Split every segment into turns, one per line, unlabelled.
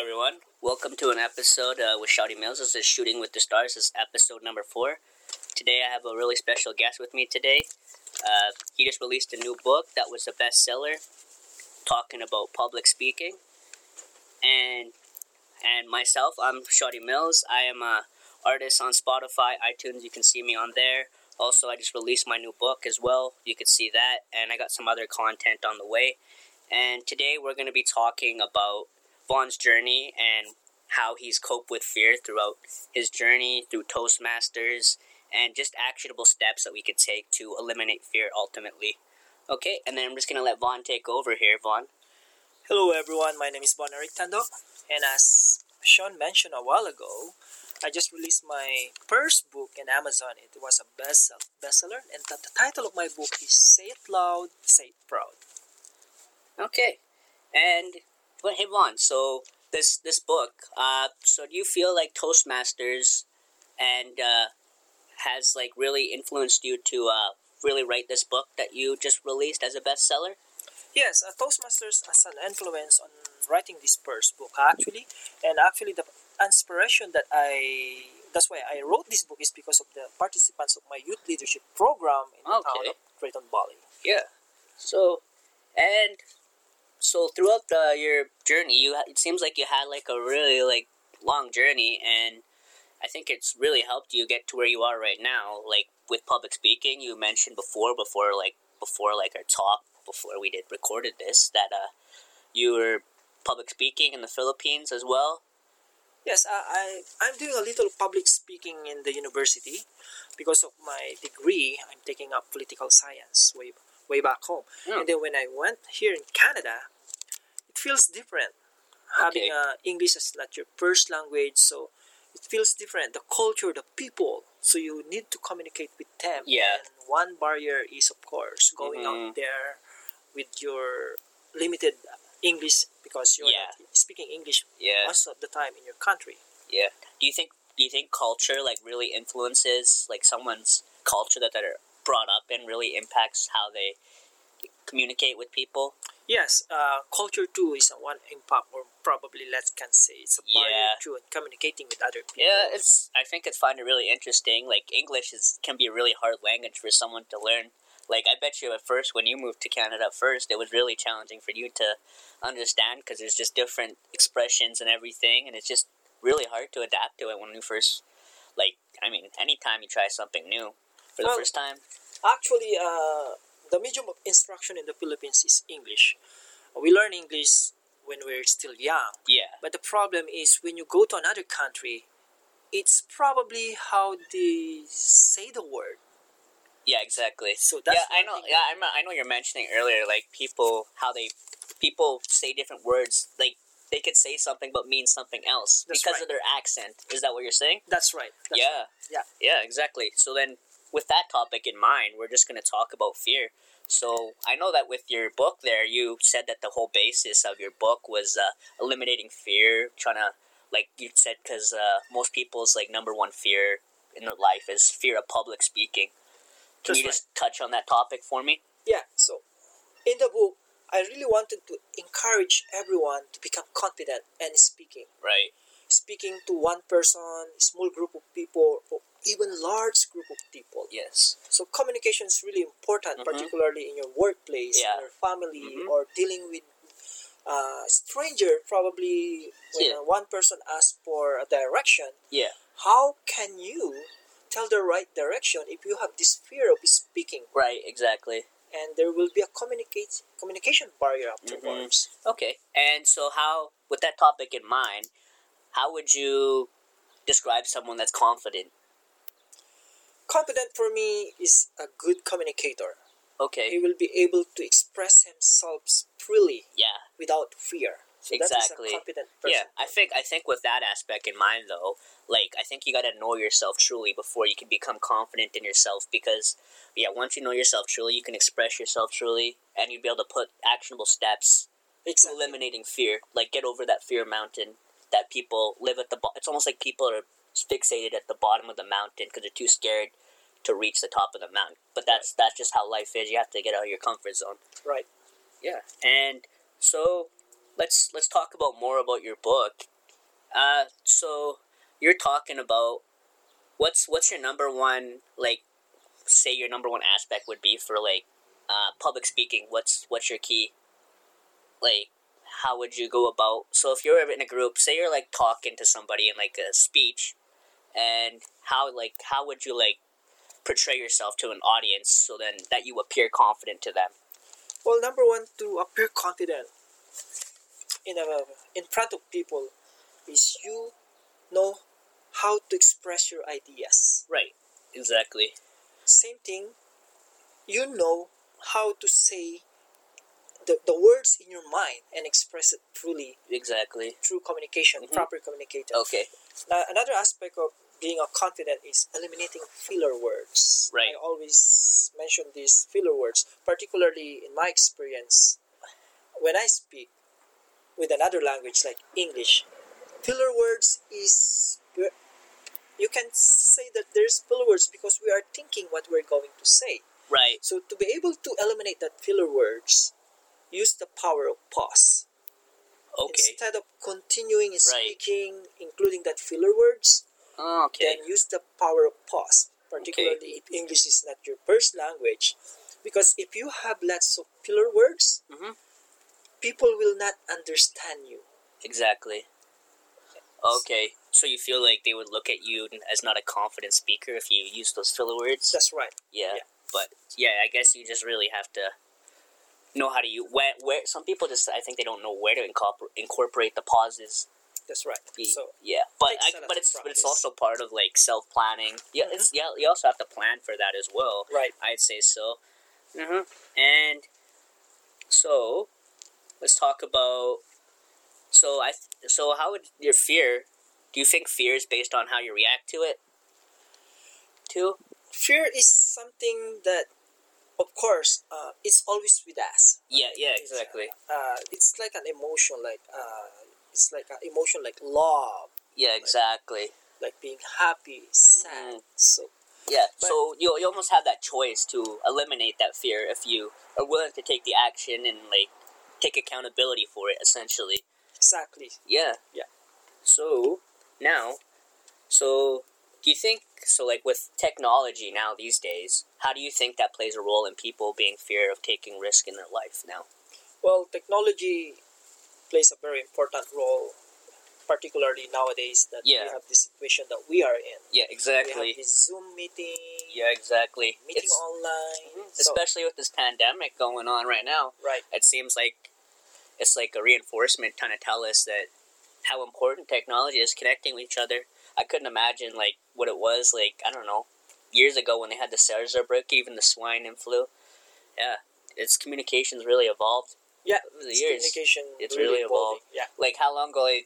everyone. Welcome to an episode uh, with Shouty Mills. This is Shooting with the Stars. This is episode number four. Today I have a really special guest with me today. Uh, he just released a new book that was a bestseller, talking about public speaking. And and myself, I'm Shouty Mills. I am a artist on Spotify, iTunes. You can see me on there. Also, I just released my new book as well. You can see that, and I got some other content on the way. And today we're going to be talking about Vaughn's journey and how he's coped with fear throughout his journey through Toastmasters and just actionable steps that we could take to eliminate fear ultimately. Okay, and then I'm just gonna let Vaughn take over here, Vaughn.
Hello everyone, my name is Bon Eric Tando, and as Sean mentioned a while ago, I just released my first book in Amazon. It was a bestseller, bestseller and the, the title of my book is Say It Loud, Say It Proud.
Okay, and but hey, Vaughn. So this this book. Uh, so do you feel like Toastmasters and uh, has like really influenced you to uh, really write this book that you just released as a bestseller?
Yes, uh, Toastmasters has an influence on writing this first book actually, and actually the inspiration that I that's why I wrote this book is because of the participants of my youth leadership program in the town
Okay.
of Creighton Valley.
Yeah. So, and so throughout the, your journey, you ha- it seems like you had like a really like long journey, and I think it's really helped you get to where you are right now. Like with public speaking, you mentioned before, before like before like our talk, before we did recorded this, that uh, you were public speaking in the Philippines as well.
Yes, I, I I'm doing a little public speaking in the university because of my degree. I'm taking up political science way way back home,
Yeah.
and then when I went here in Canada, it feels different having
Okay.
uh, English as not your first language. So it feels different. The culture, the people. So you need to communicate with them.
Yeah.
And one barrier is of course going
Mhm.
out there with your limited English because you're
Yeah.
not speaking English
Yeah.
most of the time in your country.
Yeah. Do you think do you think culture like really influences like someone's culture that they're brought up in really impacts how they communicate with people?
Yes, uh, culture too is one impact, or probably let's can say it's a barrier
Yeah.
to and communicating with other people.
Yeah, it's I think it's find it really interesting. Like English is can be a really hard language for someone to learn. Like I bet you at first when you moved to Canada at first it was really challenging for you to understand because there's just different expressions and everything and it's just really hard to adapt to it when you first like I mean anytime you try something new for the
Well,
first time.
Actually, uh, the medium of instruction in the Philippines is English. We learn English when we're still young,
Yeah.
but the problem is when you go to another country, it's probably how they say the word.
Yeah, exactly.
So that's
yeah, I
one
know.
thing.
Yeah, I'm, I know you're mentioning earlier, like people how they people say different words. Like they could say something but mean something else
That's
because
right.
of their accent. Is that what you're saying?
That's right. That's
yeah.
Yeah.
Yeah. Exactly. So then, with that topic in mind, we're just gonna talk about fear. So I know that with your book there, you said that the whole basis of your book was uh, eliminating fear, trying to like you said because uh, most people's like number one fear in their life is fear of public speaking. Can
That's
you
right.
just touch on that topic for me?
Yeah, so in the book, I really wanted to encourage everyone to become confident and speaking.
Right.
Speaking to one person, small group of people, or even large group of people.
Yes.
So communication is really important,
Mhm.
particularly in your workplace,
Yeah.
in your family,
Mhm.
or dealing with uh, stranger. Probably when
Yeah.
uh, one person asks for a direction,
Yeah.
how can you tell the right direction if you have this fear of speaking?
Right. Exactly.
and there will be a communicate communication barrier afterwards.
Okay. And so, how with that topic in mind, how would you describe someone that's confident?
Confident for me is a good communicator. He
Okay.
will be able to express himself freely
Yeah.
without fear. So that
Exactly.
is a confident person.
Yeah. I think I think with that aspect in mind, though, like I think you got to know yourself truly before you can become confident in yourself. Because yeah, once you know yourself truly, you can express yourself truly, and you'd be able to put actionable steps
Exactly.
eliminating fear. Like get over that fear mountain that people live at the bottom. It's almost like people are fixated at the bottom of the mountain because they're too scared to reach the top of the mountain. But that's that's just how life is. You have to get out of your comfort zone.
Right.
Yeah. And so let's let's talk about more about your book. Uh, so you're talking about what's what's your number one like say your number one aspect would be for like uh, public speaking what's what's your key like how would you go about so if you're in a group say you're like talking to somebody in like a speech and how like how would you like portray yourself to an audience so then that you appear confident to them
Well, number one, to appear confident in a, in front of people is you know how to express your ideas.
right exactly
Same thing, you know how to say the, the words in your mind and express it truly
exactly
through communication,
Mhm.
proper communicator.
okay
Now, another aspect of being a confident is eliminating filler words.
Right.
I always mention these filler words, particularly in my experience. When I speak with another language like English, filler words is you can say that there's filler words because we are thinking what we're going to say.
right
So to be able to eliminate that filler words, use the power of pause
okay
instead of continuing
Right.
speaking, including that filler words,
Oh, okay
then use the power of pause, particularly if English is not your first language. Because if you have lots of filler words,
Mhm.
people will not understand you.
exactly okay so you feel like they would look at you as not a confident speaker if you use those filler words
That's right.
Yeah.
Yeah.
But yeah, I guess you just really have to know how to you where where some people just I think they don't know where to incorporate incorporate the pauses.
That's right.
The,
So
yeah, but
takes
I,
a lot
but
of
it's but it's
practice. Mm-hmm.
also part of like self planning. Yeah, it's yeah. You also have to plan for that as well.
right.
I'd say so. hmm And so, let's talk about. So I so how would your fear? Do you think fear is based on how you react to it? Too
Fear is something that, of course, uh, it's always with us.
yeah yeah
It's, uh,
exactly
Uh, it's like an emotion, like uh, it's like an emotion like love,
yeah exactly
like being happy, sad.
Mm-hmm.
So
Yeah,
But-
so you you almost have that choice to eliminate that fear if you are willing to take the action and like take accountability for it. Essentially,
exactly.
yeah,
Yeah.
So now, so do you think so? Like with technology now these days, how do you think that plays a role in people being fear of taking risk in their life now?
Well, technology plays a very important role, particularly nowadays that we
Yeah.
have the situation that we are in.
Yeah,
We
exactly.
have this Zoom meeting,
Yeah, exactly.
meeting
It's- Mm-hmm.
online. So,
especially with this pandemic going on right now.
right,
it seems like it's like a reinforcement trying to tell us that how important technology is connecting with each other. I couldn't imagine like what it was like. I don't know years ago when they had the SARS outbreak, even the swine and flu. Yeah, it's communications really evolved.
Yeah,
over the
it's
years.
communication
It's really
really
evolved.
evolving. Yeah,
Like how long ago? They,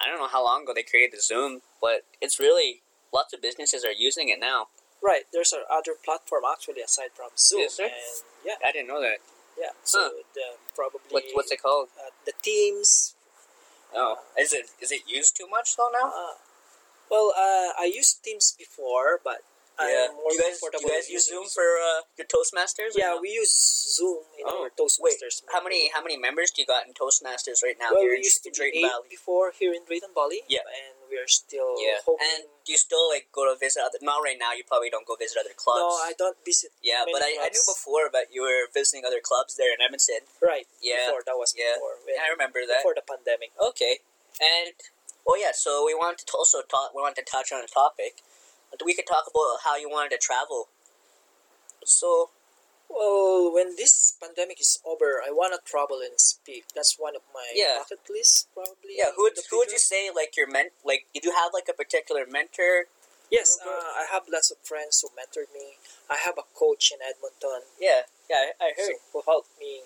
I don't know how long ago they created the Zoom, but it's really lots of businesses are using it now.
right. There's a other platform actually aside from Zoom.
Yes, sir.
And yeah,
I didn't know that.
yeah. So
Huh.
the, probably
What, what's it called?
Uh, the Teams.
Oh, is it is it used too much though now?
Uh, well, uh, I used Teams before, but I'm more
Do you guys, do you
comfortable
guys
with
use
using
Zoom for uh, your Toastmasters? or
Yeah,
no?
we use Zoom in
Oh,
our Toastmasters.
How many how many members do you got in Toastmasters right now
Well,
here
we
in
used to
Dre- Drayton
be eight
Valley?
before here in Drayton Valley.
Yeah.
and we are still
Yeah.
hoping.
And do you still like go to visit other? Not right now. You probably don't go visit other clubs.
no, I don't visit.
yeah, but
many
I, I knew
clubs.
before that you were visiting other clubs there in Edmonton.
Right.
Yeah.
Before that was
Yeah.
before. when-
Yeah, I remember that.
Before the pandemic.
Okay. And oh yeah, so we wanted to also talk. We wanted to touch on a topic. We could talk about how you wanted to travel. So
Well, when this pandemic is over, I wanna travel and speak. That's one of my
Yeah.
bucket list, probably.
yeah, who would,
in the
who would you
future.
say like your men like? Did you have like a particular mentor?
Yes, uh,
Robert?
I have lots of friends who mentored me. I have a coach in Edmonton
Yeah, yeah, I, I heard.
so, who helped me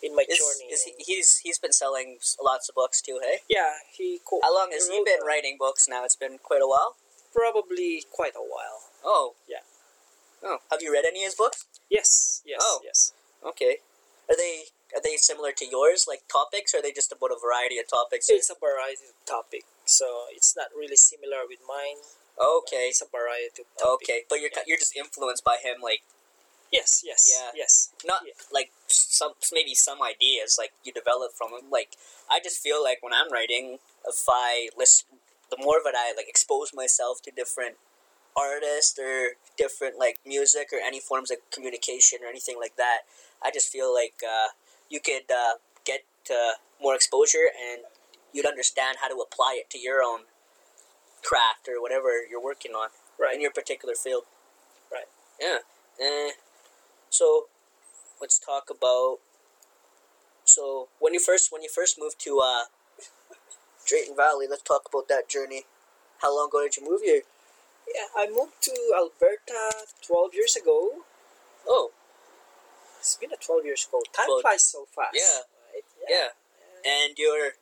in my
Is,
journey.
is he,
and-
he's he's been selling s- lots of books too, hey?
yeah, he. Co-
How long has he
wrote
been
a-
writing books now? It's been quite a while.
Probably quite a while.
Oh.
Yeah.
Oh, have you read any of his books?
Yes, yes,
Oh.
yes.
Okay. Are they are they similar to yours, like topics, or are they just about a variety of topics?
It's a variety of topic, so it's not really similar with mine.
okay.
It's a variety of topic.
Okay, but you're ki-
Yeah.
you're just influenced by him, like
Yes, yes,
Yeah.
yes.
not
Yeah.
like some maybe some ideas like you develop from him. Like I just feel like when I'm writing, if I listen the more that I like expose myself to different artists or different like music or any forms of communication or anything like that, I just feel like uh, you could uh, get uh, more exposure and you'd understand how to apply it to your own craft or whatever you're working on in
Right.
your particular field.
Right.
Yeah. Eh. so let's talk about. So when you first when you first moved to uh, Drayton Valley, let's talk about that journey. How long ago did you move here?
Yeah, I moved to Alberta 12 years ago.
Oh,
It's been a 12 years ago. Time
Well,
flies so fast.
yeah.
Right?
yeah. And you're,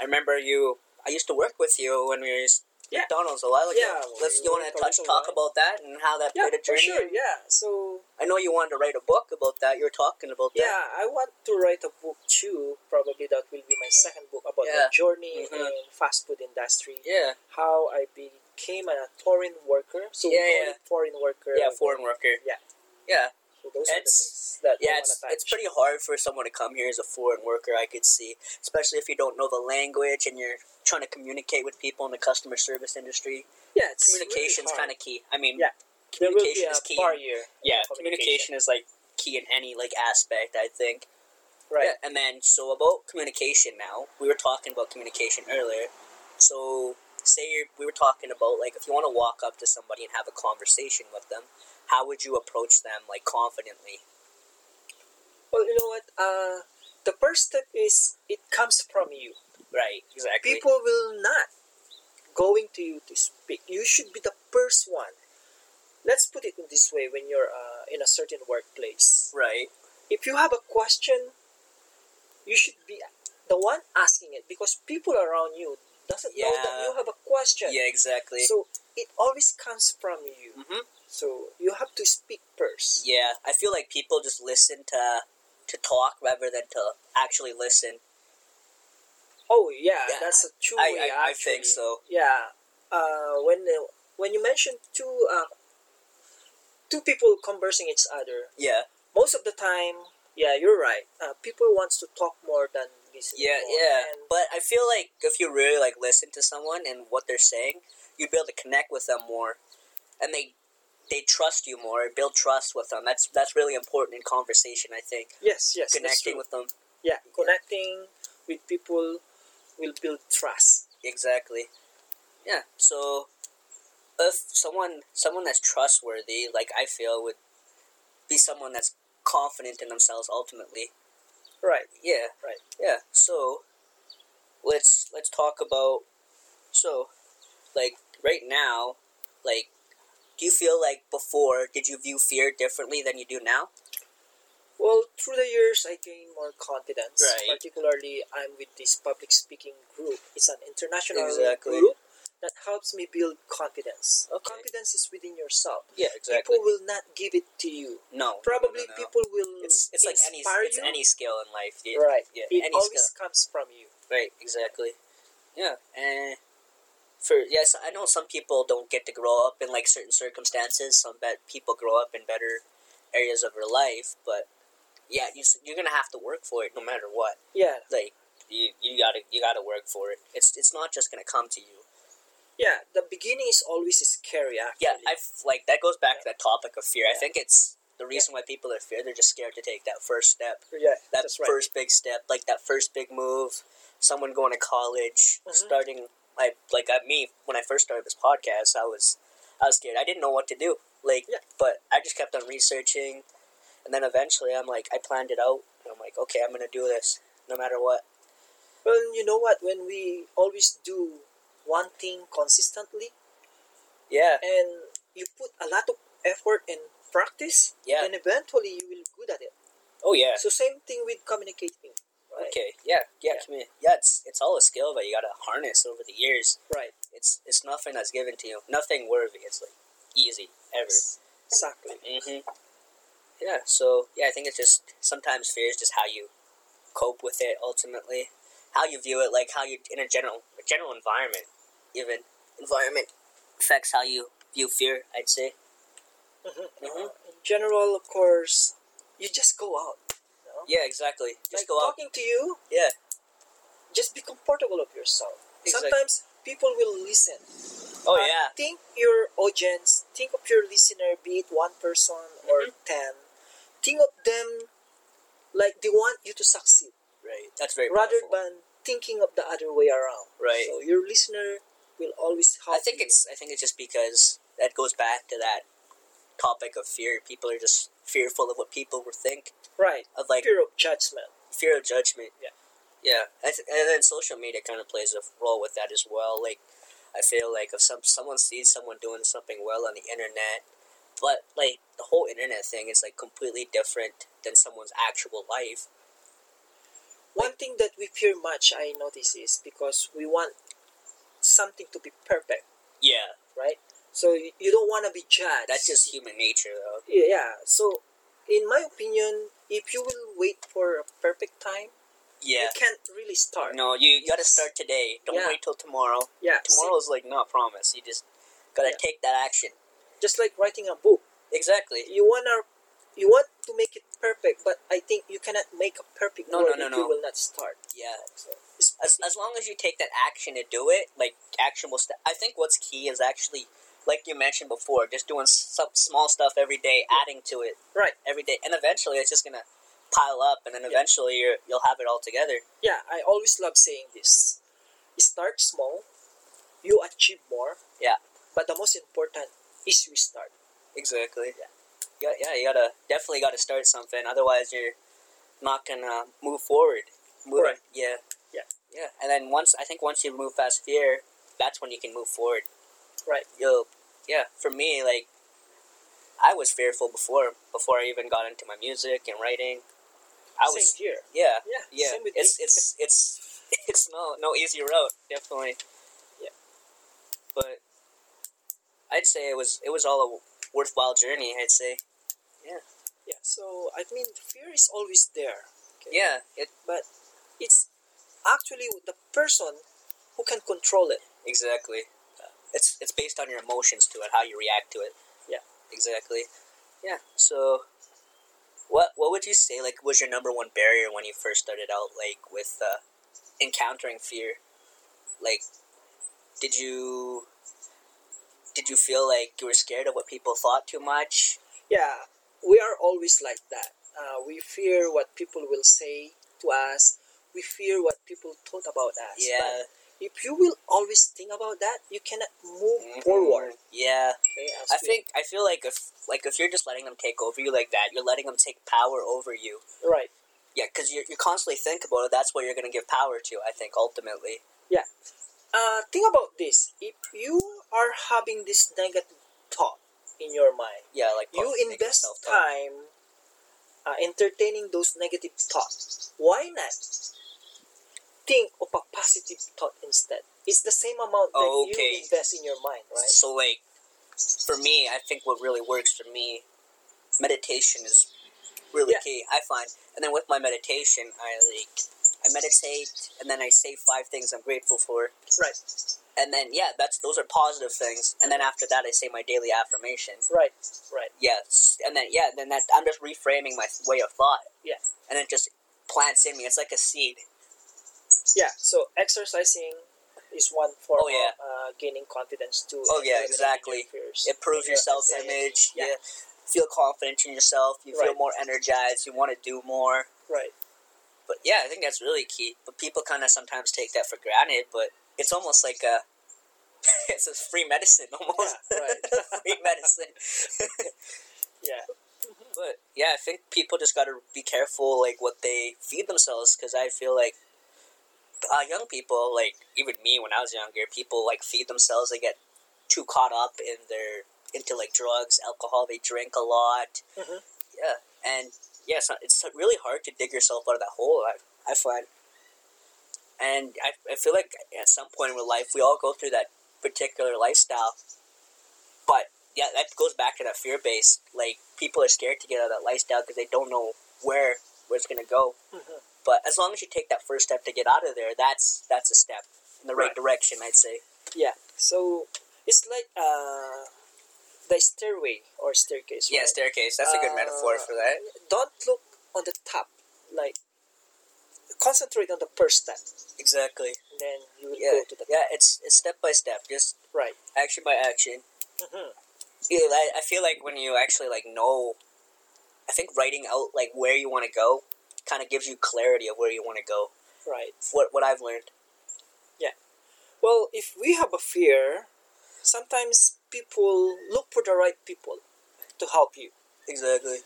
I remember you. I used to work with you when we were at
Yeah.
McDonald's a while ago.
Yeah, well,
let's
we
you want
worked
to
a
touch
little
talk about
while.
that and how that
Yeah,
played a
for
journey.
sure. Yeah. So
I know you wanted to write a book about that. You were talking about that.
yeah, I want to write a book too. Probably that will be my second book about
Yeah.
my journey
Mhm.
in fast food industry.
Yeah,
How I became a foreign worker. So
Yeah,
we call
yeah.
it foreign worker.
yeah, foreign worker.
Yeah.
yeah.
So those are the
It's-
things that
Yeah,
I
it's,
want to
it's pretty hard for someone to come here as a foreign worker, I could see. Especially if you don't know the language and you're trying to communicate with people in the customer service industry.
Yeah, it's
Communication's kind of key. I mean,
Yeah. there will be
communication
a
is key.
barrier.
yeah,
communication.
communication is like key in any like aspect, I think.
Right.
Yeah, and then so about communication now. We were talking about communication earlier. So say you're, we were talking about like if you want to walk up to somebody and have a conversation with them, how would you approach them like confidently?
Well, you know what? Uh, the first step is it comes from you.
Right, exactly.
People will not going to you to speak. You should be the first one. Let's put it in this way: when you're uh, in a certain workplace,
right.
if you have a question, you should be the one asking it because people around you doesn't know that
Yeah.
you have a question.
Yeah, exactly.
So it always comes from you.
hmm
So you have to speak first.
Yeah, I feel like people just listen to to talk rather than to actually listen.
Oh yeah,
Yeah,
that's a true way.
I, I, I
actually.
think so.
Yeah. Uh, when when you mentioned two uh, two people conversing each other,
Yeah,
most of the time, yeah, you're right. Uh, people wants to talk more than listen.
yeah,
more.
yeah.
And,
But I feel like if you really like listen to someone and what they're saying, you'd be able to connect with them more, and they they trust you more. Build trust with them. That's that's really important in conversation. I think
yes, yes, that's
connecting
true.
with them
yeah, connecting with people will build trust.
exactly. Yeah. So if someone someone that's trustworthy, like I feel, would be someone that's confident in themselves ultimately.
Right.
Yeah.
Right.
Yeah. So let's let's talk about so like right now, like do you feel like before did you view fear differently than you do now?
Well, through the years, I gained more confidence.
Right.
Particularly, I'm with this public speaking group. It's an international
Exactly.
group that helps me build confidence.
Okay.
Confidence is within yourself.
Yeah,
people will not give it to you.
no.
Probably
no, no, no.
people will
it's it's like any
inspire
it's
you.
any skill in life. Yeah.
right.
Yeah,
it
any
always
skill.
comes from you.
Right, exactly. Yeah. And for yes, I know some people don't get to grow up in like certain circumstances. Some bet people grow up in better areas of their life, but yeah, you s- you're gonna have to work for it no matter what.
Yeah,
Like you, you gotta you gotta work for it. It's it's not just gonna come to you.
yeah. The beginning is always scary.
Yeah,
Actually,
I f- like that goes back to that topic of fear. I
Yeah.
think it's the reason why people are fear. They're just scared to take that first step.
yeah.
that
that's right.
first big step, like that first big move, someone going to college,
Mhm.
starting like like at me when I first started this podcast, I was I was scared. I didn't know what to do. Like
Yeah.
but I just kept on researching and then eventually I'm like I planned it out and I'm like, okay, I'm gonna do this no matter what.
well, you know what? When we always do one thing consistently,
Yeah.
and you put a lot of effort and practice,
Yeah.
and eventually you will good at it.
Oh yeah.
So same thing with communicating. Right.
Okay. Yeah. Yeah.
Yeah.
Yeah. yeah. It's it's all a skill that you gotta harness over the years.
Right.
It's it's nothing that's given to you. Nothing worthy. It's like easy ever.
Exactly.
hmm Yeah, so yeah, I think it's just sometimes fear is just how you cope with it ultimately, how you view it, like how you in a general a general environment, even environment affects how you view fear. I'd say.
Mhm.
Mhm.
Uh, in general, of course, you just go out. you know?
Yeah, exactly. Just
like
go out.
talking to you.
Yeah.
Just be comfortable of yourself.
Exact-
Sometimes people will listen.
Oh
Uh,
yeah.
Think your audience, think of your listener, be it one person or
Mm-hmm.
ten. Think of them like they want you to succeed, right?
That's very
Rather
powerful.
than thinking of the other way around.
Right.
So your listener will always help.
I think
you.
it's I think it's just because that goes back to that topic of fear. People are just fearful of what people will think
right.
of like
Fear of judgment.
fear of judgment.
Yeah.
yeah. That's, and then social media kind of plays a role with that as well. Like, I feel like if some someone sees someone doing something well on the internet, but like the whole internet thing is like completely different than someone's actual life.
One thing that we fear much, I notice, is because we want something to be perfect,
Yeah,
right? So you, you don't want to be judged.
that's just human nature, though.
yeah. So, in my opinion, if you will wait for a perfect time,
Yeah.
you can't really start.
No, you, you gotta start today. Don't
Yeah.
wait till tomorrow.
Yeah.
Tomorrow is like not promise. You just gotta
Yeah.
take that action.
see, just like writing a book,
Exactly.
you wanna, you want to make it perfect, but I think you cannot make a perfect
No,
work
no, no,
if
no.
you will not start.
Yeah.
So,
As, as long as you take that action to do it, like action will. St- I think what's key is actually, like you mentioned before, just doing some small stuff every day, adding to it.
Right.
Every day, and eventually it's just gonna pile up, and then
Yeah.
eventually you're, you'll have it all together.
yeah, I always love saying this: start small, you achieve more.
Yeah.
But the most important is you start.
Exactly. Yeah. Yeah. Yeah. You gotta definitely gotta start something. Otherwise, you're not gonna move forward. Move
Correct.
Yeah.
Yeah.
Yeah. And then once I think once you move past fear, that's when you can move forward.
Right.
Yo. Yeah. For me, like, I was fearful before before I even got into my music and writing. I was.
Same here.
Yeah.
Yeah.
Yeah.
Same with
it's
me.
it's it's it's no no easy road. Definitely.
Yeah.
But I'd say it was it was all a worthwhile journey. I'd say.
yeah. So I mean, fear is always there.
Yeah. It
It's actually the person who can control it.
exactly. Uh, It's it's based on your emotions to it, how you react to it.
Yeah.
Exactly. Yeah. So. What, what would you say like was your number one barrier when you first started out like with uh, encountering fear like did you did you feel like you were scared of what people thought too much
Yeah, we are always like that. Uh, we fear what people will say to us. We fear what people thought about us.
yeah
But if you will always think about that, you cannot move
Mhm.
forward.
yeah
Mm-hmm. Okay, as
I
we-
think I feel like if like if you're just letting them take over you like that, you're letting them take power over you.
right.
Yeah, because you you constantly think about it. That's what you're gonna give power to. I think ultimately.
Uh, think about this. If you are having this negative thought in your mind,
Yeah, like
you
positive
invest
self-talk.
time uh, entertaining those negative thoughts. Why not think of a positive thought instead? It's the same amount that
Okay.
you invest in your mind, right?
So like, for me, I think what really works for me, meditation is really
Yeah.
key. I find, and then with my meditation, I like I meditate, and then I say five things I'm grateful for.
Right.
And then yeah, that's those are positive things. And then after that, I say my daily affirmation.
Right. Right.
Yes, and then yeah, then that I'm just reframing my way of thought.
Yeah.
and it just plants in me. It's like a seed.
Yeah. So exercising is one form
Oh, yeah.
of uh, gaining confidence too.
Oh,
and
yeah,
eliminating
exactly.
your fears.
It proves
Yeah,
your self image. Yeah. feel confident in yourself. You feel
Right.
more energized. You want to do more.
Right.
But yeah, I think that's really key. But people kind of sometimes take that for granted. But it's almost like a it's a free medicine almost.
Yeah, right.
free medicine.
Yeah.
but yeah, I think people just got to be careful like what they feed themselves because I feel like. Uh, young people, like even me when I was younger, people like feed themselves. They get too caught up in their into like drugs, alcohol. They drink a lot.
Mhm.
Yeah, and yeah, it's, not, it's really hard to dig yourself out of that hole. I, I find, and I, I feel like at some point in our life we all go through that particular lifestyle. But yeah, that goes back to that fear base. Like people are scared to get out of that lifestyle because they don't know where where it's gonna go.
Mhm.
But as long as you take that first step to get out of there, that's that's a step in the right,
Right.
direction, I'd say.
Yeah. So it's like uh, the stairway or staircase.
Yeah,
right?
staircase. That's a good
Uh,
metaphor for that.
Don't look on the top. Like concentrate on the first step.
Exactly.
then you will
Yeah,
go to the
yeah. It's it's step by step, just
right.
action by action.
hmm
Yeah, I, I feel like when you actually like know, I think writing out like where you want to go, kind of gives you clarity of where you want to go.
Right.
What what I've learned.
Well, if we have a fear, sometimes people look for the right people to help you.
Exactly.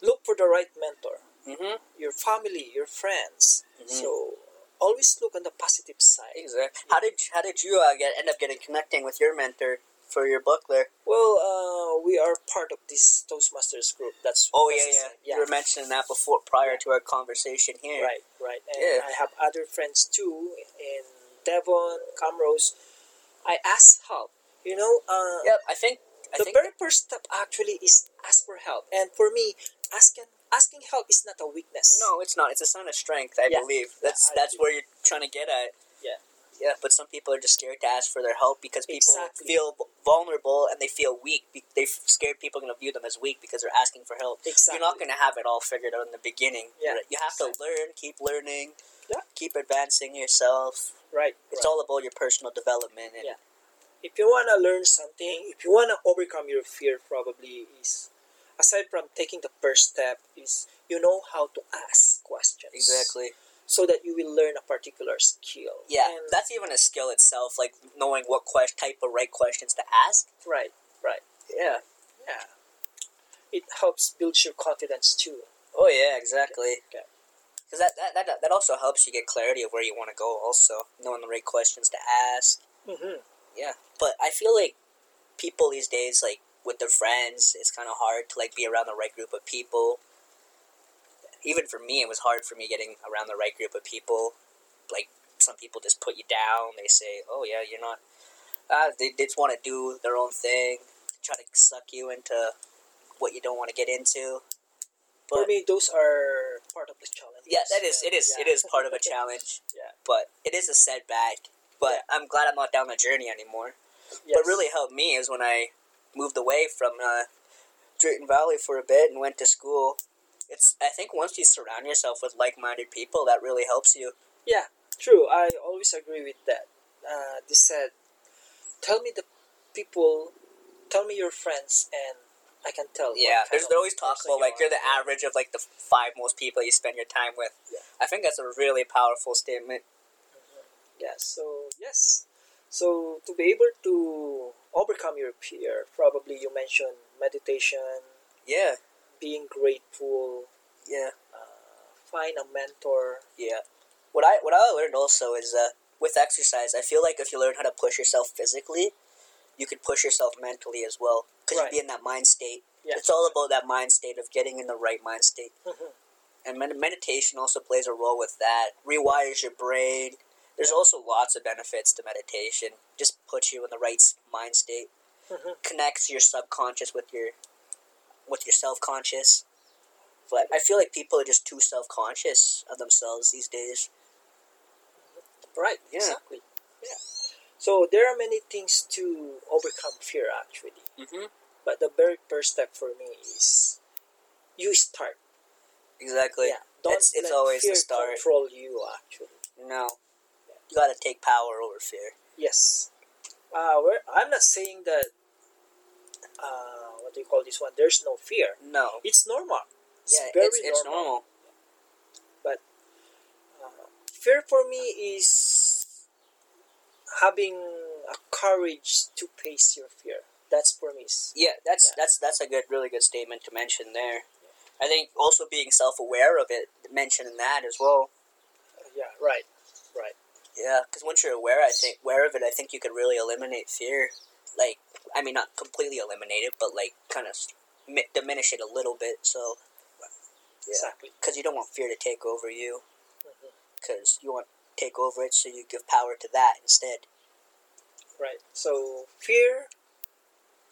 Look for the right mentor,
Mm-hmm.
your family, your friends. So always look on the positive side.
Exactly. How did how did you uh, get end up getting connecting with your mentor for your book there?
Well, uh, we are part of this Toastmasters group. That's
Oh
that's
yeah, yeah.
the- yeah.
You were mentioning that before prior to our conversation here.
Right, right. And
Yeah.
I have other friends too in Devon, Camrose. I ask help. You know, uh,
Yep. I think I
the
think
very first step actually is ask for help. And for me, asking asking help is not a weakness.
No, it's not. It's a sign of strength, I
Yeah.
believe. That's
I
that's
agree.
where you're trying to get at.
Yeah.
Yeah, but some people are just scared to ask for their help because people
Exactly.
feel v- vulnerable and they feel weak. Be- They're scared people are going to view them as weak because they're asking for help.
exactly.
You're not going to have it all figured out in the beginning.
Yeah.
You're- You have to learn, keep learning,
Yeah.
keep advancing yourself.
right.
It's
right.
all about your personal development. And
Yeah. If you wanna learn something, if you wanna overcome your fear, probably is aside from taking the first step is you know how to ask questions
Exactly.
so that you will learn a particular skill.
Yeah,
And-
that's even a skill itself, like knowing what quest- type of right questions to ask.
Right, right. Yeah, yeah. It helps build your confidence too.
Oh yeah, exactly.
Okay.
Because that, that, that that also helps you get clarity of where you want to go. Also, knowing the right questions to ask.
Mm-hmm.
But I feel like people these days, like with their friends, it's kind of hard to like be around the right group of people. Even for me, it was hard for me getting around the right group of people. Like some people just put you down. They say, "Oh yeah, you're not." Uh, they, they just want to do their own thing. Try to suck you into what you don't want to get into.
For
But-
me, those are part of the challenge.
Yeah, that is it is it is part of a challenge.
Yeah.
But it is a setback. But I'm glad I'm not down the journey anymore. What really helped me is when I moved away from uh, Drayton Valley for a bit and went to school. It's I think once you surround yourself with like minded people, that really helps you.
true. I always agree with that. Uh, they said, "Tell me the people, tell me your friends, and I can tell." what
Yeah,
kind
there's
of
they always talk
person
about
you
like
are.
you're the average of like the five most people you spend your time with.
Yeah.
I think that's a really powerful statement.
Yeah. So yes, so to be able to overcome your fear, probably you mentioned meditation,
Yeah,
being grateful,
yeah.
uh, find a mentor.
Yeah. What I what I learned also is uh, with exercise, I feel like if you learn how to push yourself physically, you can push yourself mentally as well because
Right.
you'd be in that mind state.
Yeah.
It's all about that mind state of getting in the right mind state,
Mhm.
and med- meditation also plays a role with that. Rewires your brain. There's also lots of benefits to meditation. Just puts you in the right s- mind state.
Mhm.
Connects your subconscious with your with your self conscious. But I feel like people are just too self conscious of themselves these days.
Right.
Yeah.
Exactly. Yeah. So there are many things to overcome fear actually,
Mm-hmm.
but the very first step for me is you start.
Exactly.
yeah. Don't
it's- it's
let
always the
fear
start.
control you actually.
No. You gotta take power over fear.
Yes. Uh, we're, I'm not saying that. Uh, what do you call this one? There's no fear.
No.
It's normal. It's
yeah,
very
it's, it's normal.
Uh, fear for me is having a courage to face your fear. That's for me. is-
Yeah, that's
Yeah.
that's that's a good, really good statement to mention there. I think also being self-aware of it, mentioning that as well.
Yeah, right.
Yeah, because once you're aware, I think aware of it, I think you could really eliminate fear. Like, I mean, not completely eliminate it, but like kind of mi- diminish it a little bit. So, yeah, Mm-hmm.
Exactly.
because you don't want fear to take over you,
Mhm.
because you want to take over it, so you give power to that instead.
Right. So fear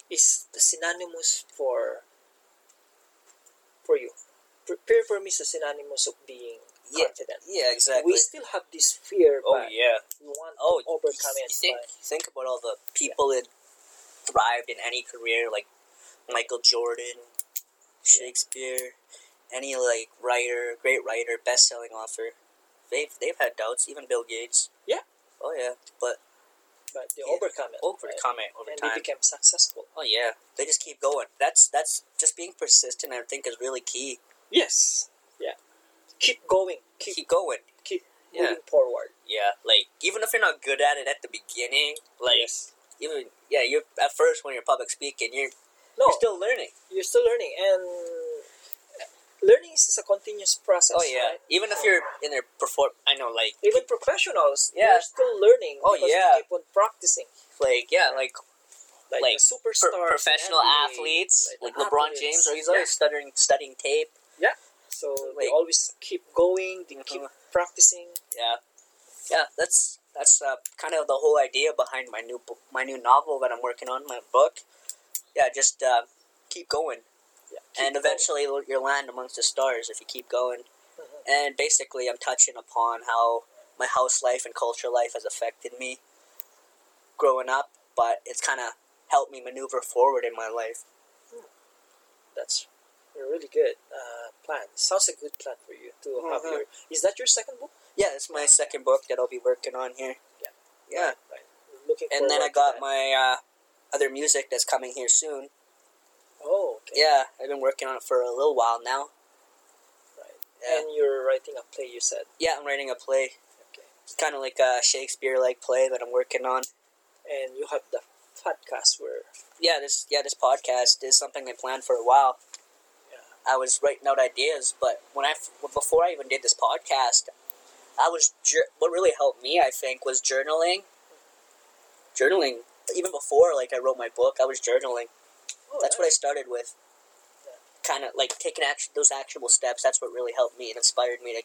is the synonymous for for you. F- Fear for me is a synonymous of being
Yeah,
confident.
yeah, exactly.
We still have this fear,
Oh
but
yeah.
we want
Oh,
to overcome
you
it.
think
by-
think about all the people that thrived in any career, like Michael Jordan, Shakespeare, any like writer, great writer, best-selling author. They've they've had doubts. Even Bill Gates.
Yeah.
Oh yeah, but
but they
Yeah.
overcome it. right?
overcome it over
and
time.
they became successful.
oh yeah, they just keep going. That's that's just being persistent. I think is really key.
Yes. Yeah. Keep going.
Keep,
Keep
going.
yeah.
moving forward.
Yeah, like even if you're not good at it at the beginning, like
yes.
even yeah, you're at first when you're public speaking, you're
No,
you're still learning.
learning, and learning is a continuous process.
Oh yeah,
right?
even if you're in their perform, I know like
Even professionals,
Yeah.
they're still learning.
Oh,
because
yeah.
They keep on practicing.
like yeah, like
Like,
Like,
the superstars,
pro-
in
professional
NBA,
athletes like,
the
LeBron
athletes.
James, or he's
Yeah.
always stuttering, studying tape.
So they
like-
always keep going. They keep
Mhm.
practicing.
Yeah, yeah. That's that's uh, kind of the whole idea behind my new book, my new novel that I'm working on, my book. Yeah, just uh, keep going,
Yeah,
and eventually you'll- you'll land amongst the stars if you keep going.
Mhm.
And basically, I'm touching upon how my house life and culture life has affected me growing up, but it's kind of helped me maneuver forward in my life.
That's a really good uh, plan. Sounds a good plan for you to have
Mhm.
your. Is that your second book?
Yeah, it's my second book that I'll be working on here.
Yeah.
Yeah.
Right. Looking.
And then I
forward to
got
that.
my uh, other music that's coming here soon.
Oh. Okay.
Yeah, I've been working on it for a little while now.
Right.
Yeah,
And you're writing a play. You said.
yeah I'm writing a play.
Okay.
It's kind of like a Shakespeare like play that I'm working on.
And you have the podcast where.
Yeah, this yeah this podcast is something I planned for a while.
Yeah.
I was writing out ideas, but when I f- before I even did this podcast, I was jour- what really helped me. I think was journaling. Journaling even before like I wrote my book, I was journaling.
Oh,
That's what I started with.
Yeah.
Kind of like taking act- those actionable steps. That's what really helped me and inspired me to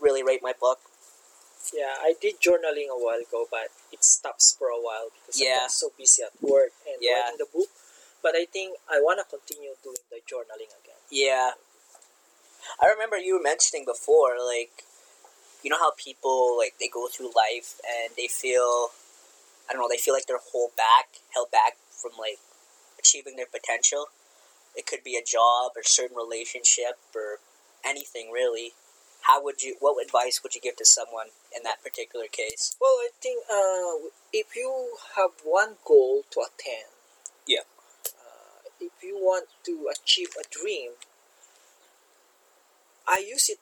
really write my book.
Yeah, I did journaling a while ago, but it stops for a while because
Yeah.
I got so busy at work and
Yeah.
writing the book. But I think I want to continue doing the journaling again.
Yeah. I remember you were mentioning before, like, you know how people, like, they go through life and they feel, I don't know, they feel like they're hold back, held back from, like, achieving their potential. It could be a job or certain relationship or anything, really. How would you, what advice would you give to someone in that particular case?
Well, I think uh, if you have one goal to attain,
Yeah.
uh, if you want to achieve a dream, I use it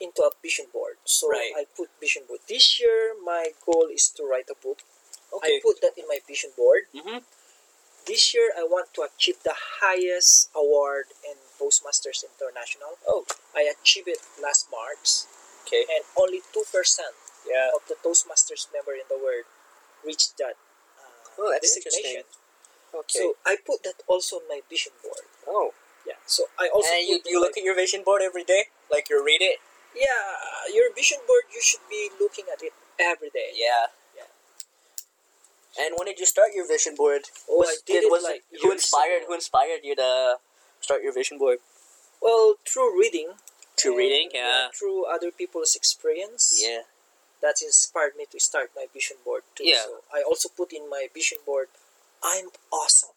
into a vision board. So
Right.
I put vision board. This year, my goal is to write a book. I put that in my vision board.
Mm-hmm.
This year, I want to achieve the highest award in Postmasters International.
Oh.
I achieved it last March,
Okay.
and only 2%
Yeah.
of the Toastmasters member in the world reached that uh,
Oh, that's
designation.
Okay.
So I put that also on my vision board.
oh.
Yeah, so I also
and you,
put
you
my-
look at your vision board every day? Like, you read it?
yeah your vision board. You should be looking at it every day.
Yeah. And when did you start your vision board?
Oh,
Was,
I did
did-
it
was
like
it- who
years
inspired
ago.
who inspired you to start your vision board?
Well, through reading.
To
and,
reading, yeah.
Through other people's experience.
Yeah.
that inspired me to start my vision board too.
Yeah.
So I also put in my vision board, I'm awesome.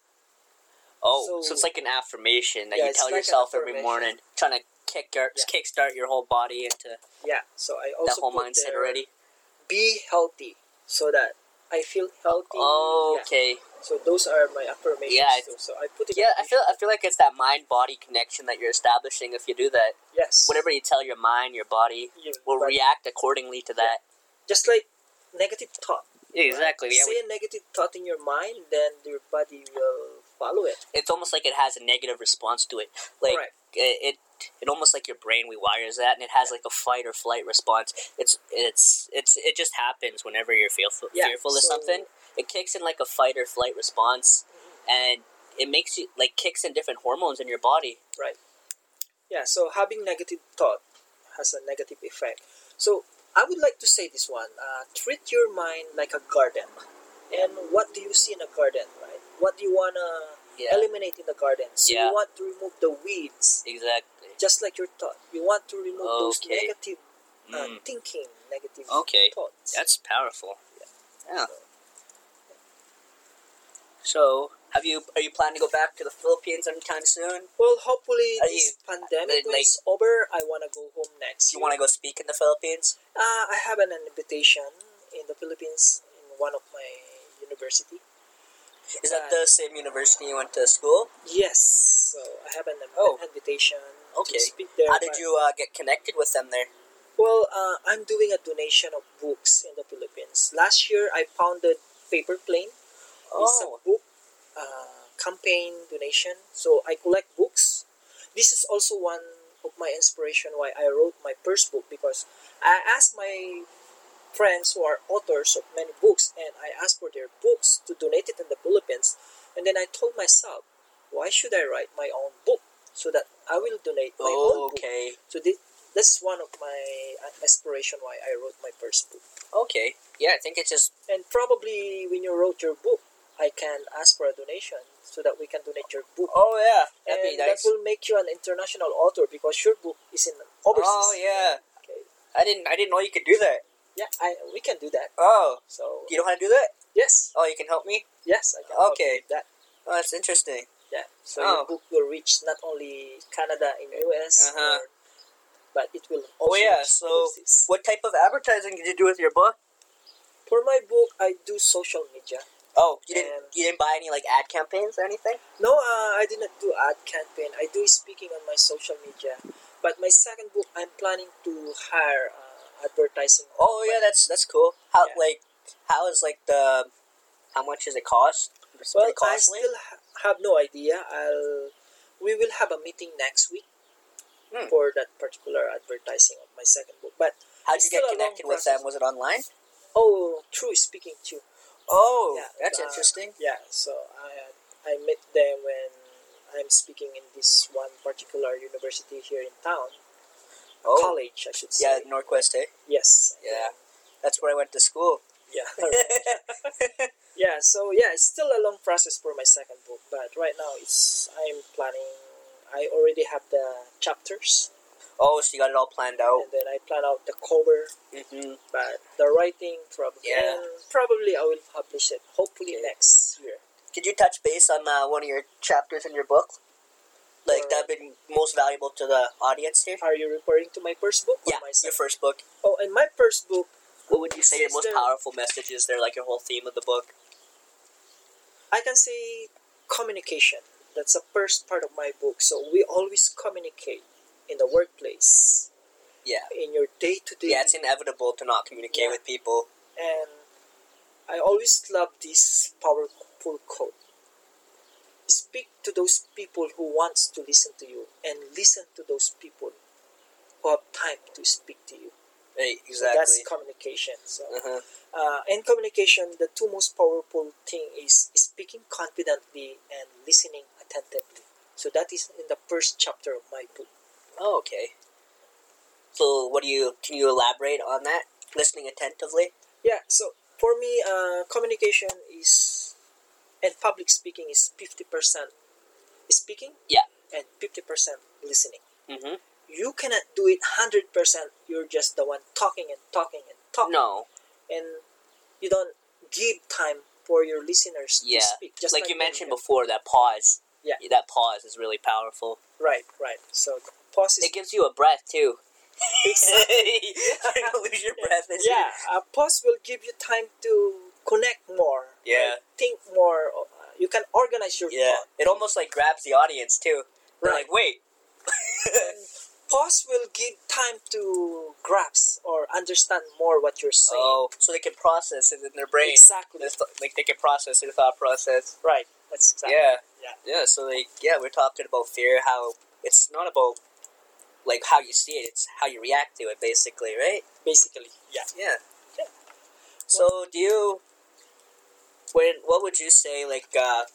Oh, so,
So-
it's like an affirmation that
Yeah,
you
it's
tell
like an
yourself every
affirmation.
morning, trying to kick your,
Yeah.
kickstart your whole body into
Yeah. So I also
that whole
put
mindset
there,
already.
Be healthy, so that I feel healthy.
Oh,
Yeah.
okay.
So those are my affirmations
Yeah, I-
too. So I put it.
Yeah, I
in
feel I feel like it's that mind body connection that you're establishing if you do that.
yes.
Whatever you tell your mind, your body
You,
will
but
react accordingly to that.
Just like negative thought. right?
Exactly,
yeah,
Say a negative thought in your mind, then your body will follow it.
It's almost like it has a negative response to it. Like
Correct.
it, it it almost like your brain rewires that, and it has like a fight or flight response. It's it's it's it just happens whenever you're fearful
Yeah,
fearful of
so-
something. It kicks in like a fight or flight response,
Mm-hmm.
and it makes you like kicks in different hormones in your body.
Yeah, so having negative thought has a negative effect. So I would like to say this one: uh, treat your mind like a garden, and what do you see in a garden, right? What do you wanna
Yeah,
eliminate in the garden? So
Yeah.
you want to remove the weeds,
exactly.
just like your thought. You want to remove those
Okay.
negative uh,
Mm.
thinking, negative
Okay.
thoughts.
That's powerful.
So, have you are you planning to go back to the Philippines anytime soon?
well, hopefully
Are
this pandemic
like-
is over. I wanna go home next.
Do you
year.
want to go speak in the Philippines?
Uh, I have an invitation in the Philippines in one of my university.
Is that
Uh.
the same university you went to school?
Yes, so I have an
Oh.
invitation
Okay.
to speak there.
How did
but-
you uh, get connected with them there?
Well, uh, I'm doing a donation of books in the Philippines. Last year, I founded Paper Plane. It's a
Oh,
book uh, campaign donation. So I collect books. This is also one of my inspiration why I wrote my first book because I asked my friends who are authors of many books and I asked for their books to donate it in the Philippines. And then I told myself, why should I write my own book so that I will donate my
oh
own book?
okay.
So this, that's one of my uh, inspiration why I wrote my first book.
Okay. Yeah, I think it's just
And probably when you wrote your book, I can ask for a donation so that we can donate your book.
Oh yeah, that'd
and
be nice.
that will make you an international author because your book is in overseas.
Oh yeah,
Okay.
I didn't I didn't know you could do that.
Yeah, I, we can do that.
Oh,
So
you know how to do that?
yes,
Oh, you can help me.
yes, I can. help you
Okay.
with that.
Oh, that's interesting.
Yeah. So
Oh.
your book will reach not only Canada and US,
Uh-huh.
or- but it will
Oh
also
yeah.
reach
So,
overseas.
what type of advertising did you do with your book?
for my book, I do social media.
Oh, you didn't
Um,
you didn't buy any like ad campaigns or anything?
No, uh, I did not do ad campaign. I do speaking on my social media. But my second book, I'm planning to hire uh, advertising.
Oh yeah, that's that's cool. How
Yeah.
like how is like the how much does it cost? It's
well,
pretty costly.
I still ha- have no idea. I'll we will have a meeting next week
Hmm.
for that particular advertising of my second book. But
how did
it's
you get
still a long
connected with
process.
them? Was it online?
oh, true speaking too.
Oh,
Yeah,
that's
uh,
interesting.
Yeah, so I I met them when I'm speaking in this one particular university here in town,
Oh,
college, I should say.
yeah, Northwest. Eh?
Yes.
Yeah, that's where I went to school.
Yeah. Yeah, so yeah, it's still a long process for my second book, but right now it's I'm planning. I already have the chapters,
oh, so you got it all planned out.
and then I plan out the cover,
hmm
but the writing probably
Yeah.
and probably I will publish it hopefully next year.
Could you touch base on uh, one of your chapters in your book? Like
Or-
that been most valuable to the audience here?
Are you referring to my first book?
Yeah,
or my
your
second?
first book.
Oh, and my first book.
What would you say your most
Sister-
powerful message is there? Like your whole theme of the book?
I can say communication. That's the first part of my book. So we always communicate in the workplace,
Yeah.
in your day to day.
Yeah, it's inevitable to not communicate
Yeah.
with people.
and I always love this powerful quote. Speak to those people who wants to listen to you, and listen to those people who have time to speak to you.
Hey,
So that's
exactly.
communication. So,
uh-huh.
uh, and communication, the two most powerful thing is speaking confidently and listening attentively. So that is in the first chapter of my book.
Oh, okay. So, what do you can you elaborate on that? Listening attentively.
Yeah, so for me, uh, communication is and public speaking is 50% speaking
Yeah.
and 50% listening.
Mm-hmm.
You cannot do it 100%, you're just the one talking and talking and talking.
No,
And you don't give time for your listeners
Yeah,
to speak. Just
like,
like,
you mentioned
before.
before, that pause.
Yeah.
that pause is really powerful.
Right, right. So pause is
It gives you a breath too.
Exactly.
You're gonna lose your breath. as you-
yeah, a pause will give you time to connect more.
Yeah.
like, think more. uh, You can organize your
Yeah,
thought.
it almost like grabs the audience too. They're
Right.
like, wait.
And pause will give time to grasp or understand more what you're saying.
oh, so they can process it in their brain.
exactly.
Their th- like they can process their thought process.
Right. That's exactly.
Yeah.
Yeah.
Yeah. So like, yeah, we're talking about fear. How it's not about like how you see it; it's how you react to it, basically, right?
Basically. Yeah.
Yeah.
Yeah.
So do you when what would you say like uh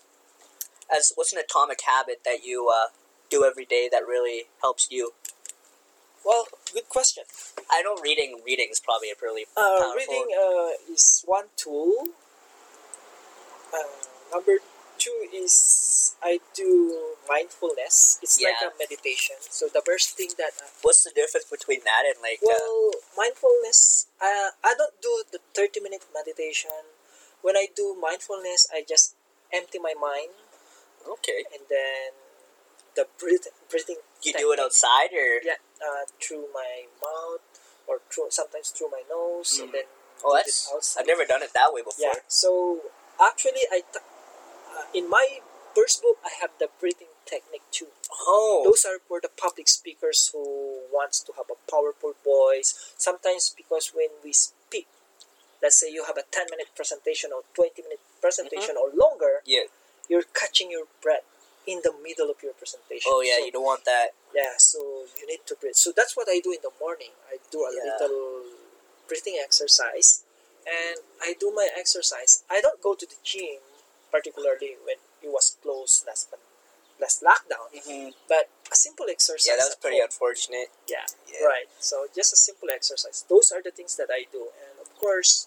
as what's an atomic habit that you uh do every day that really helps you?
Well, good question.
I know reading reading is probably a really
Uh,
Powerful.
reading uh, is one tool. Uh, number two is I do mindfulness. It's
Yeah.
like a meditation. So the first thing that I
what's the difference between that and like uh,
Well, mindfulness. Uh, I don't do the thirty minute meditation. When I do mindfulness, I just empty my mind
okay.
and then the breath, breathing
You do it outside or
yeah, uh, through my mouth or through sometimes through my nose and
Mhm.
then
Oh,
do
that's
this outside.
I've never done it that way before.
Yeah. So actually, I t- uh, in my first book, I have the breathing technique too.
Oh,
Those are for the public speakers who wants to have a powerful voice. Sometimes because when we speak, let's say you have a ten minute presentation or twenty minute presentation
Mm-hmm.
or longer,
Yeah.
you're catching your breath in the middle of your presentation.
oh yeah,
So
you don't want that.
yeah, so you need to breathe. So that's what I do in the morning. I do a
Yeah.
little breathing exercise and I do my exercise. I don't go to the gym particularly when it was closed last last lockdown,
Mm-hmm.
but a simple exercise.
Yeah, that was
at
pretty
home.
unfortunate.
Yeah,
Yeah.
right. So just a simple exercise. Those are the things that I do and of course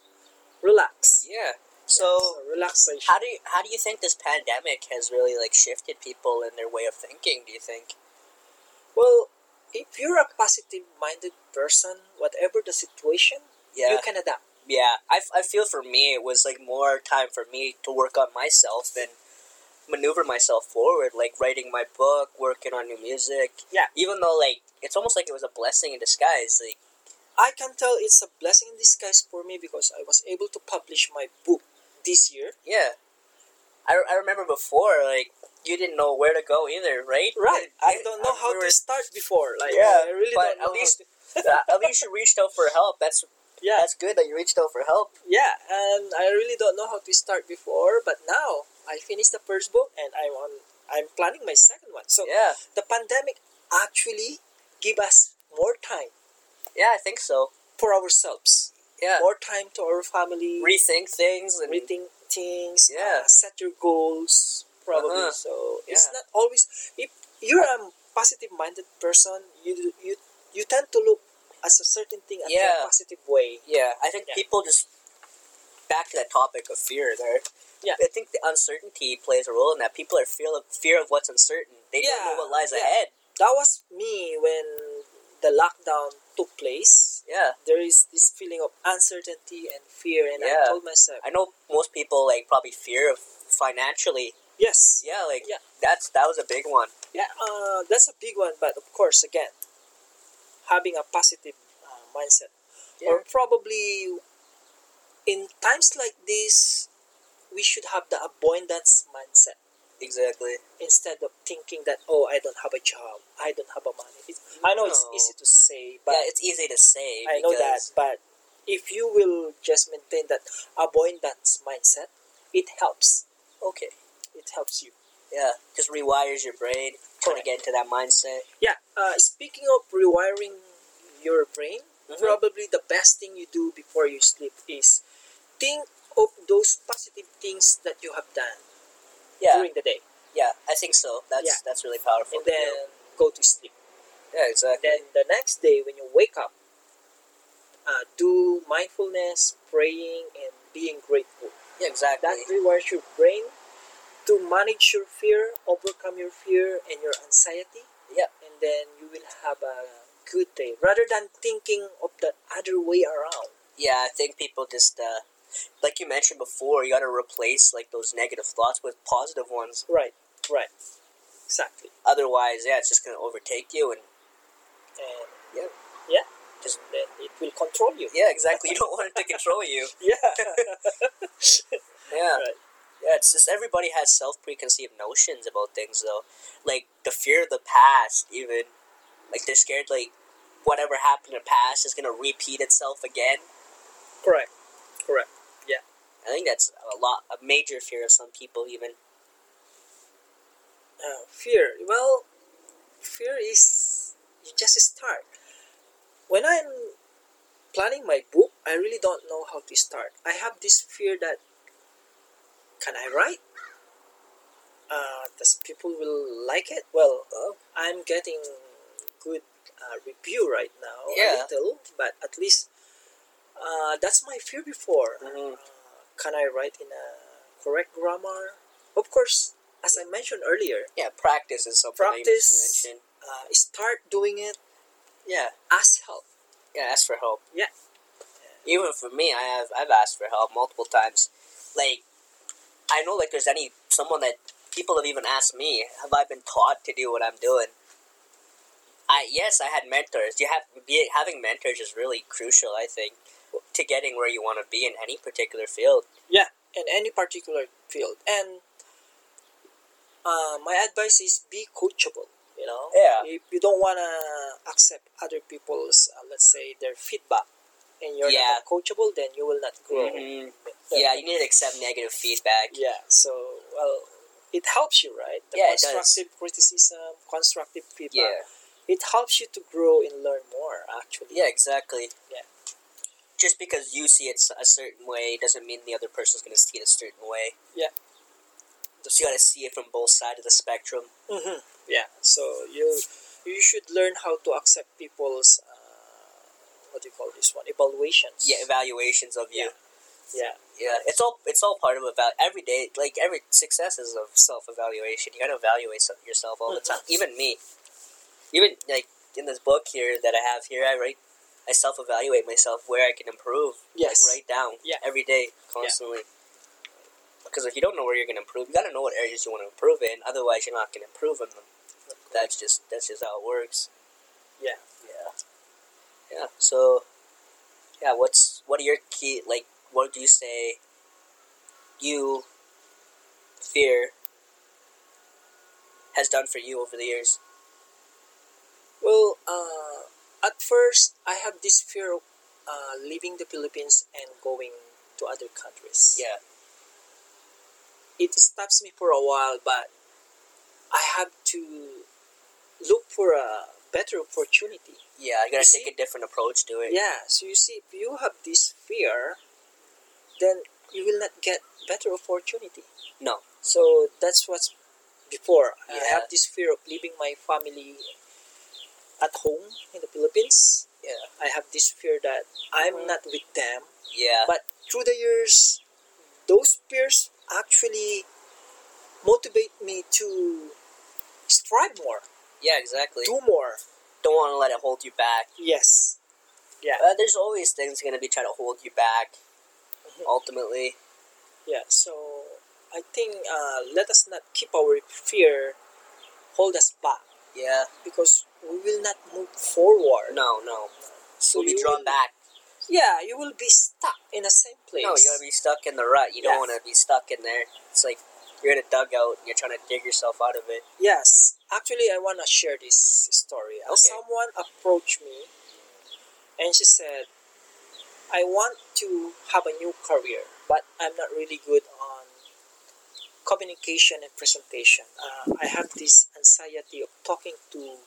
relax.
Yeah. So,
So relaxation.
how do you, how do you think this pandemic has really like shifted people in their way of thinking? Do you think?
Well, if you're a positive minded person, whatever the situation,
Yeah.
you can adapt.
Yeah, I, f- I feel for me it was like more time for me to work on myself and maneuver myself forward, like writing my book, working on new music.
Yeah.
Even though like it's almost like it was a blessing in disguise. Like
I can tell it's a blessing in disguise for me because I was able to publish my book this year.
yeah, I, I remember before like you didn't know where to go either, right?
Right. I don't know
I-
how
we
to
were-
start before. Like
Yeah,
I really
but
don't know
at least-
how to-
at least you reached out for help. That's
yeah,
that's good that you reached out for help.
yeah, and I really don't know how to start before, but now I finished the first book and I want I'm planning my second one. So
Yeah.
the pandemic actually give us more time
Yeah, I think so.
for ourselves,
Yeah.
more time to our family,
Rethink things and
reading things,
Yeah.
uh, set your goals
Uh-huh.
probably. So it's
Yeah.
not always if you're a positive minded person, you you you tend to look at a certain thing at
Yeah.
a positive way.
Yeah, I think
Yeah.
people just back to that topic of fear there.
Yeah.
I think the uncertainty plays a role in that. People are fear of fear of what's uncertain. They don't
Yeah,
know what lies
yeah.
ahead.
That was me when the lockdown took place.
Yeah,
There is this feeling of uncertainty and fear, and
Yeah.
I told myself,
I know most people like probably fear of financially.
yes,
Yeah, like
Yeah.
that's that was a big one.
yeah, uh, that's a big one. But of course, again, having a positive uh, mindset.
Yeah.
or probably in times like this we should have the abundance mindset
exactly.
instead of thinking that oh i don't have a job i don't have a money It's- i know it's
No.
easy to say but
yeah, it's easy to say.
i know that
because-
but if you will just maintain that abundance mindset it helps
Okay.
it helps you
Yeah, just rewires your brain. Trying to
Correct.
get into that mindset.
yeah uh, speaking of rewiring your brain
Mhm.
Mm-hmm. probably the best thing you do before you sleep is think of those positive things that you have done
Yeah,
during the day
yeah, I think so. That's
Yeah.
that's really powerful.
and then go to sleep.
yeah, exactly.
Then the next day when you wake up, uh, do mindfulness, praying, and being grateful.
Yeah, exactly.
That rewires your brain to manage your fear, overcome your fear and your anxiety.
Yeah.
And then you will have a good day rather than thinking of the other way around.
Yeah, I think people just uh, like you mentioned before, you got to replace like those negative thoughts with positive ones.
Right, right. Exactly.
Otherwise, yeah, it's just gonna overtake you, and
And
Yeah.
Yeah. Just then it will control you.
yeah, exactly. You don't want it to control you.
Yeah.
Yeah,
Right.
yeah. It's just everybody has self preconceived notions about things, though. Like the fear of the past, even like they're scared like whatever happened in the past is gonna repeat itself again.
Correct.
I think that's a lot, a major fear of some people, even.
Uh, fear. Well, fear is you just start. When I'm planning my book, I really don't know how to start. I have this fear that can I write? Uh, does people will like it? Well, uh,
Oh.
I'm getting good uh, review right now.
Yeah.
A little, but at least uh, that's my fear before.
Mhm.
Uh, can I write in a correct grammar? Of course, as I mentioned earlier,
Yeah, practice is something that you
Practice.
mentioned.
uh, start doing it
Yeah.
ask help
Yeah, ask for help.
Yeah.
Even for me, I have I've asked for help multiple times. Like, I know like there's any someone that people have even asked me, have I been taught to do what I'm doing? I yes, I had mentors. You have be, having mentors is really crucial. I think to getting where you want to be in any particular field.
in any particular field. And uh, my advice is be coachable. You know,
Yeah.
if you don't want to accept other people's, uh, let's say, their feedback, and you're
Yeah.
not coachable, then you will not grow.
Mhm. Yeah, you need to accept negative feedback.
Yeah, so well, it helps you, right? The
Yeah, it does.
constructive criticism, constructive feedback.
Yeah.
It helps you to grow and learn more. Actually,
Yeah, exactly.
Yeah.
Just because you see it s- a certain way doesn't mean the other person's going to see it a certain way.
Yeah.
So you got to see it from both sides of the spectrum.
hmm Yeah. So you you should learn how to accept people's uh, what do you call this one evaluations.
Yeah, evaluations of you.
yeah.
Yeah, it's all it's all part of about every day. Like every success is of self evaluation. You got to evaluate some, yourself all the
Mhm.
time. Even me, even like in this book here that I have here, I write, I self evaluate myself where I can improve.
Yes.
like, write down.
Yeah.
every day, constantly. Because if you don't know where you're gonna improve, you gotta know what areas you want to improve in. Otherwise, you're not gonna improve in them. That's just that's just how it works.
Yeah.
Yeah. Yeah. So, yeah. What's what are your key like? What do you say? You fear has done for you over the years.
Well, uh, at first I have this fear of uh, leaving the Philippines and going to other countries.
Yeah.
It stops me for a while, but I have to look for a better opportunity.
Yeah. You gotta
You
take a different approach to it.
Yeah. So you see, if you have this fear, then you will not get better opportunity.
No.
So that's what's before. I
Yeah.
have this fear of leaving my family at home in the Philippines.
Yeah. Mm-hmm.
I have this fear that I'm not with them.
Yeah.
But through the years, those fears actually motivate me to strive more,
Yeah. Exactly.
do more.
Don't want to let it hold you back.
Yes. Yeah.
Uh, there's always things going to be trying to hold you back.
Mhm.
Ultimately,
Yeah, so I think uh, let us not keep our fear hold us back
yeah.
because we will not move forward.
No, no.
So
You'll be
you
drawn
will-
back.
Yeah, you will be stuck in the same place.
No, you're gonna be stuck in the rut. You
Yeah.
don't want to be stuck in there. It's like you're in a dugout and you're trying to dig yourself out of it.
Yes, actually, I want to share this story. Uh,
Okay.
Someone approached me and she said, I want to have a new career, but I'm not really good on communication and presentation. Uh, I have this anxiety of talking to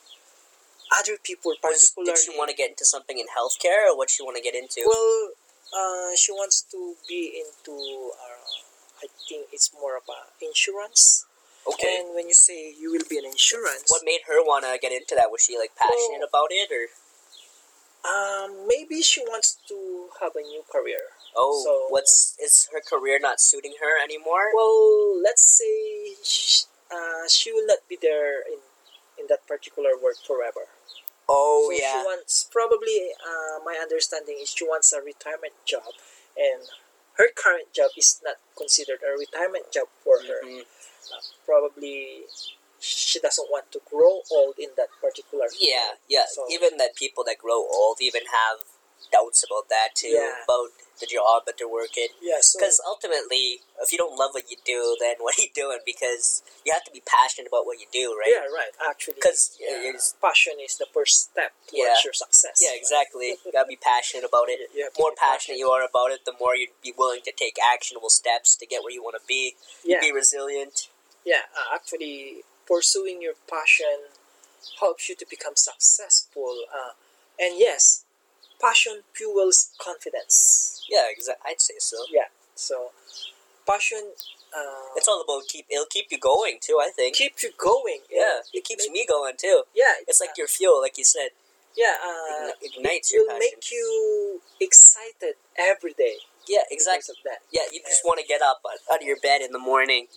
other people,
Was,
particularly.
did she want to get into something in healthcare, or what she want to get into?
Well, uh, she wants to be into, uh, I think it's more about insurance.
okay.
And when you say you will be an insurance,
What made her want to get into that? Was she like passionate
Well-
about it, or
Um, maybe she wants to have a new career.
oh,
So-
what's is her career not suiting her anymore?
Well, let's say she, uh, she will not be there in in that particular work forever.
oh
so
yeah,
She wants probably. Uh, my understanding is she wants a retirement job, and her current job is not considered a retirement job for her. Uh,
Mhm.
Probably, she doesn't want to grow old in that particular.
Yeah, yeah.
So-
even the people that grow old even have doubts about that too,
Yeah.
about the job that they're working.
Yeah. So
Because ultimately, if you don't love what you do, then what are you doing? Because you have to be passionate about what you do, right?
yeah, right. Actually,
'Cause, yeah,
yeah,
it's-
passion is the first step towards
Yeah.
your success.
Yeah,
right?
exactly. you gotta be passionate about it.
You have
The more passionate you are about it, the more you'd be willing to take actionable steps to get where you want to be.
Yeah,
Be resilient.
yeah. Uh, actually, pursuing your passion helps you to become successful. Uh, and yes, passion fuels confidence.
Yeah, exa- I'd say so.
So, passion uh,
It's all about keep. It'll keep you going too. I think.
keep you going.
Yeah, it keeps
make-
me going too.
Yeah, uh,
It's like your fuel, like you said,
yeah.
ign-
Uh,
ignites your
will
passion.
make you excited every day.
Yeah,
because
exactly.
of that.
uh, Yeah, you just want to get up out out of your bed in the morning